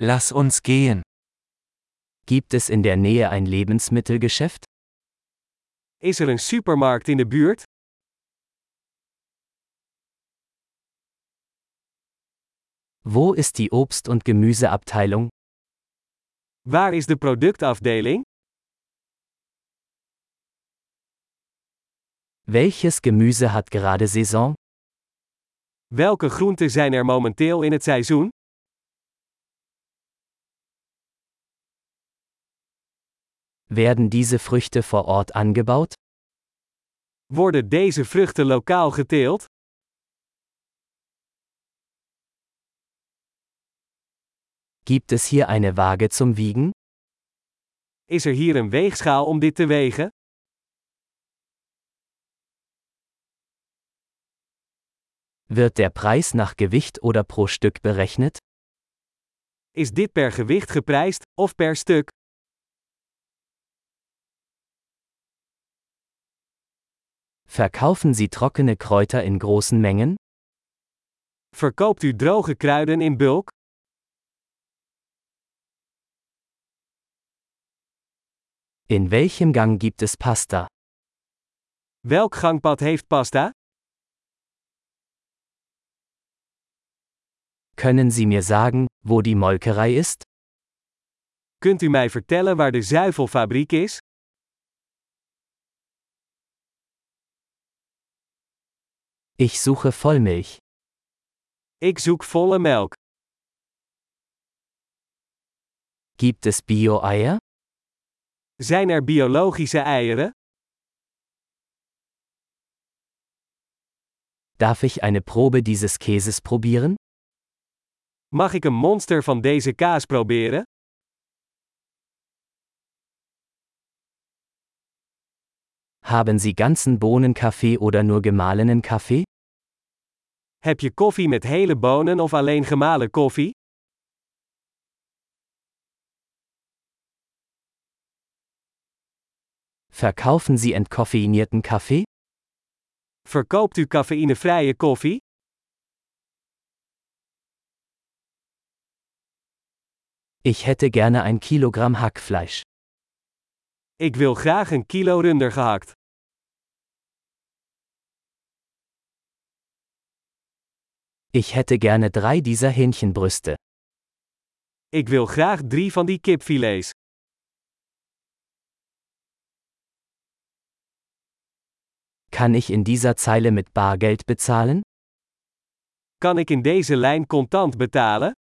Lass uns gehen. Gibt es in der Nähe ein Lebensmittelgeschäft? Is er een supermarkt in de buurt? Wo ist die Obst- und Gemüseabteilung? Waar is de productafdeling? Welches Gemüse hat gerade Saison? Welke groenten zijn er momenteel in het seizoen? Werden diese Früchte vor Ort angebaut? Worden deze vruchten lokaal geteeld? Gibt es hier eine Waage zum Wiegen? Is er hier een weegschaal om dit te wegen? Wird der Preis nach Gewicht oder pro Stück berechnet? Is dit per gewicht geprijsd of per stuk? Verkaufen Sie trockene Kräuter in großen Mengen? Verkoopt u droge kruiden in bulk? In welchem Gang gibt es Pasta? Welk gangpad heeft pasta? Können Sie mir sagen, wo die Molkerei ist? Kunt u mij vertellen waar de zuivelfabriek is? Ich suche Vollmilch. Ik zoek volle melk. Gibt es Bio-Eier? Zijn er biologische eieren? Darf ich eine Probe dieses Käses probieren? Mag ik een monster van deze kaas proberen? Haben Sie ganzen Bohnenkaffee oder nur gemahlenen Kaffee? Heb je koffie met hele bonen of alleen gemalen koffie? Verkaufen Sie entkoffeinierten Kaffee? Verkoopt u cafeïnevrije koffie? Ich hätte gerne ein Kilogramm Hackfleisch. Ik wil graag een kilo runder gehakt. Ich hätte gerne drei dieser Hähnchenbrüste. Ik wil graag drie van die kipfilets. Kann ich in dieser Zeile mit Bargeld bezahlen? Kan ik in deze lijn contant betalen?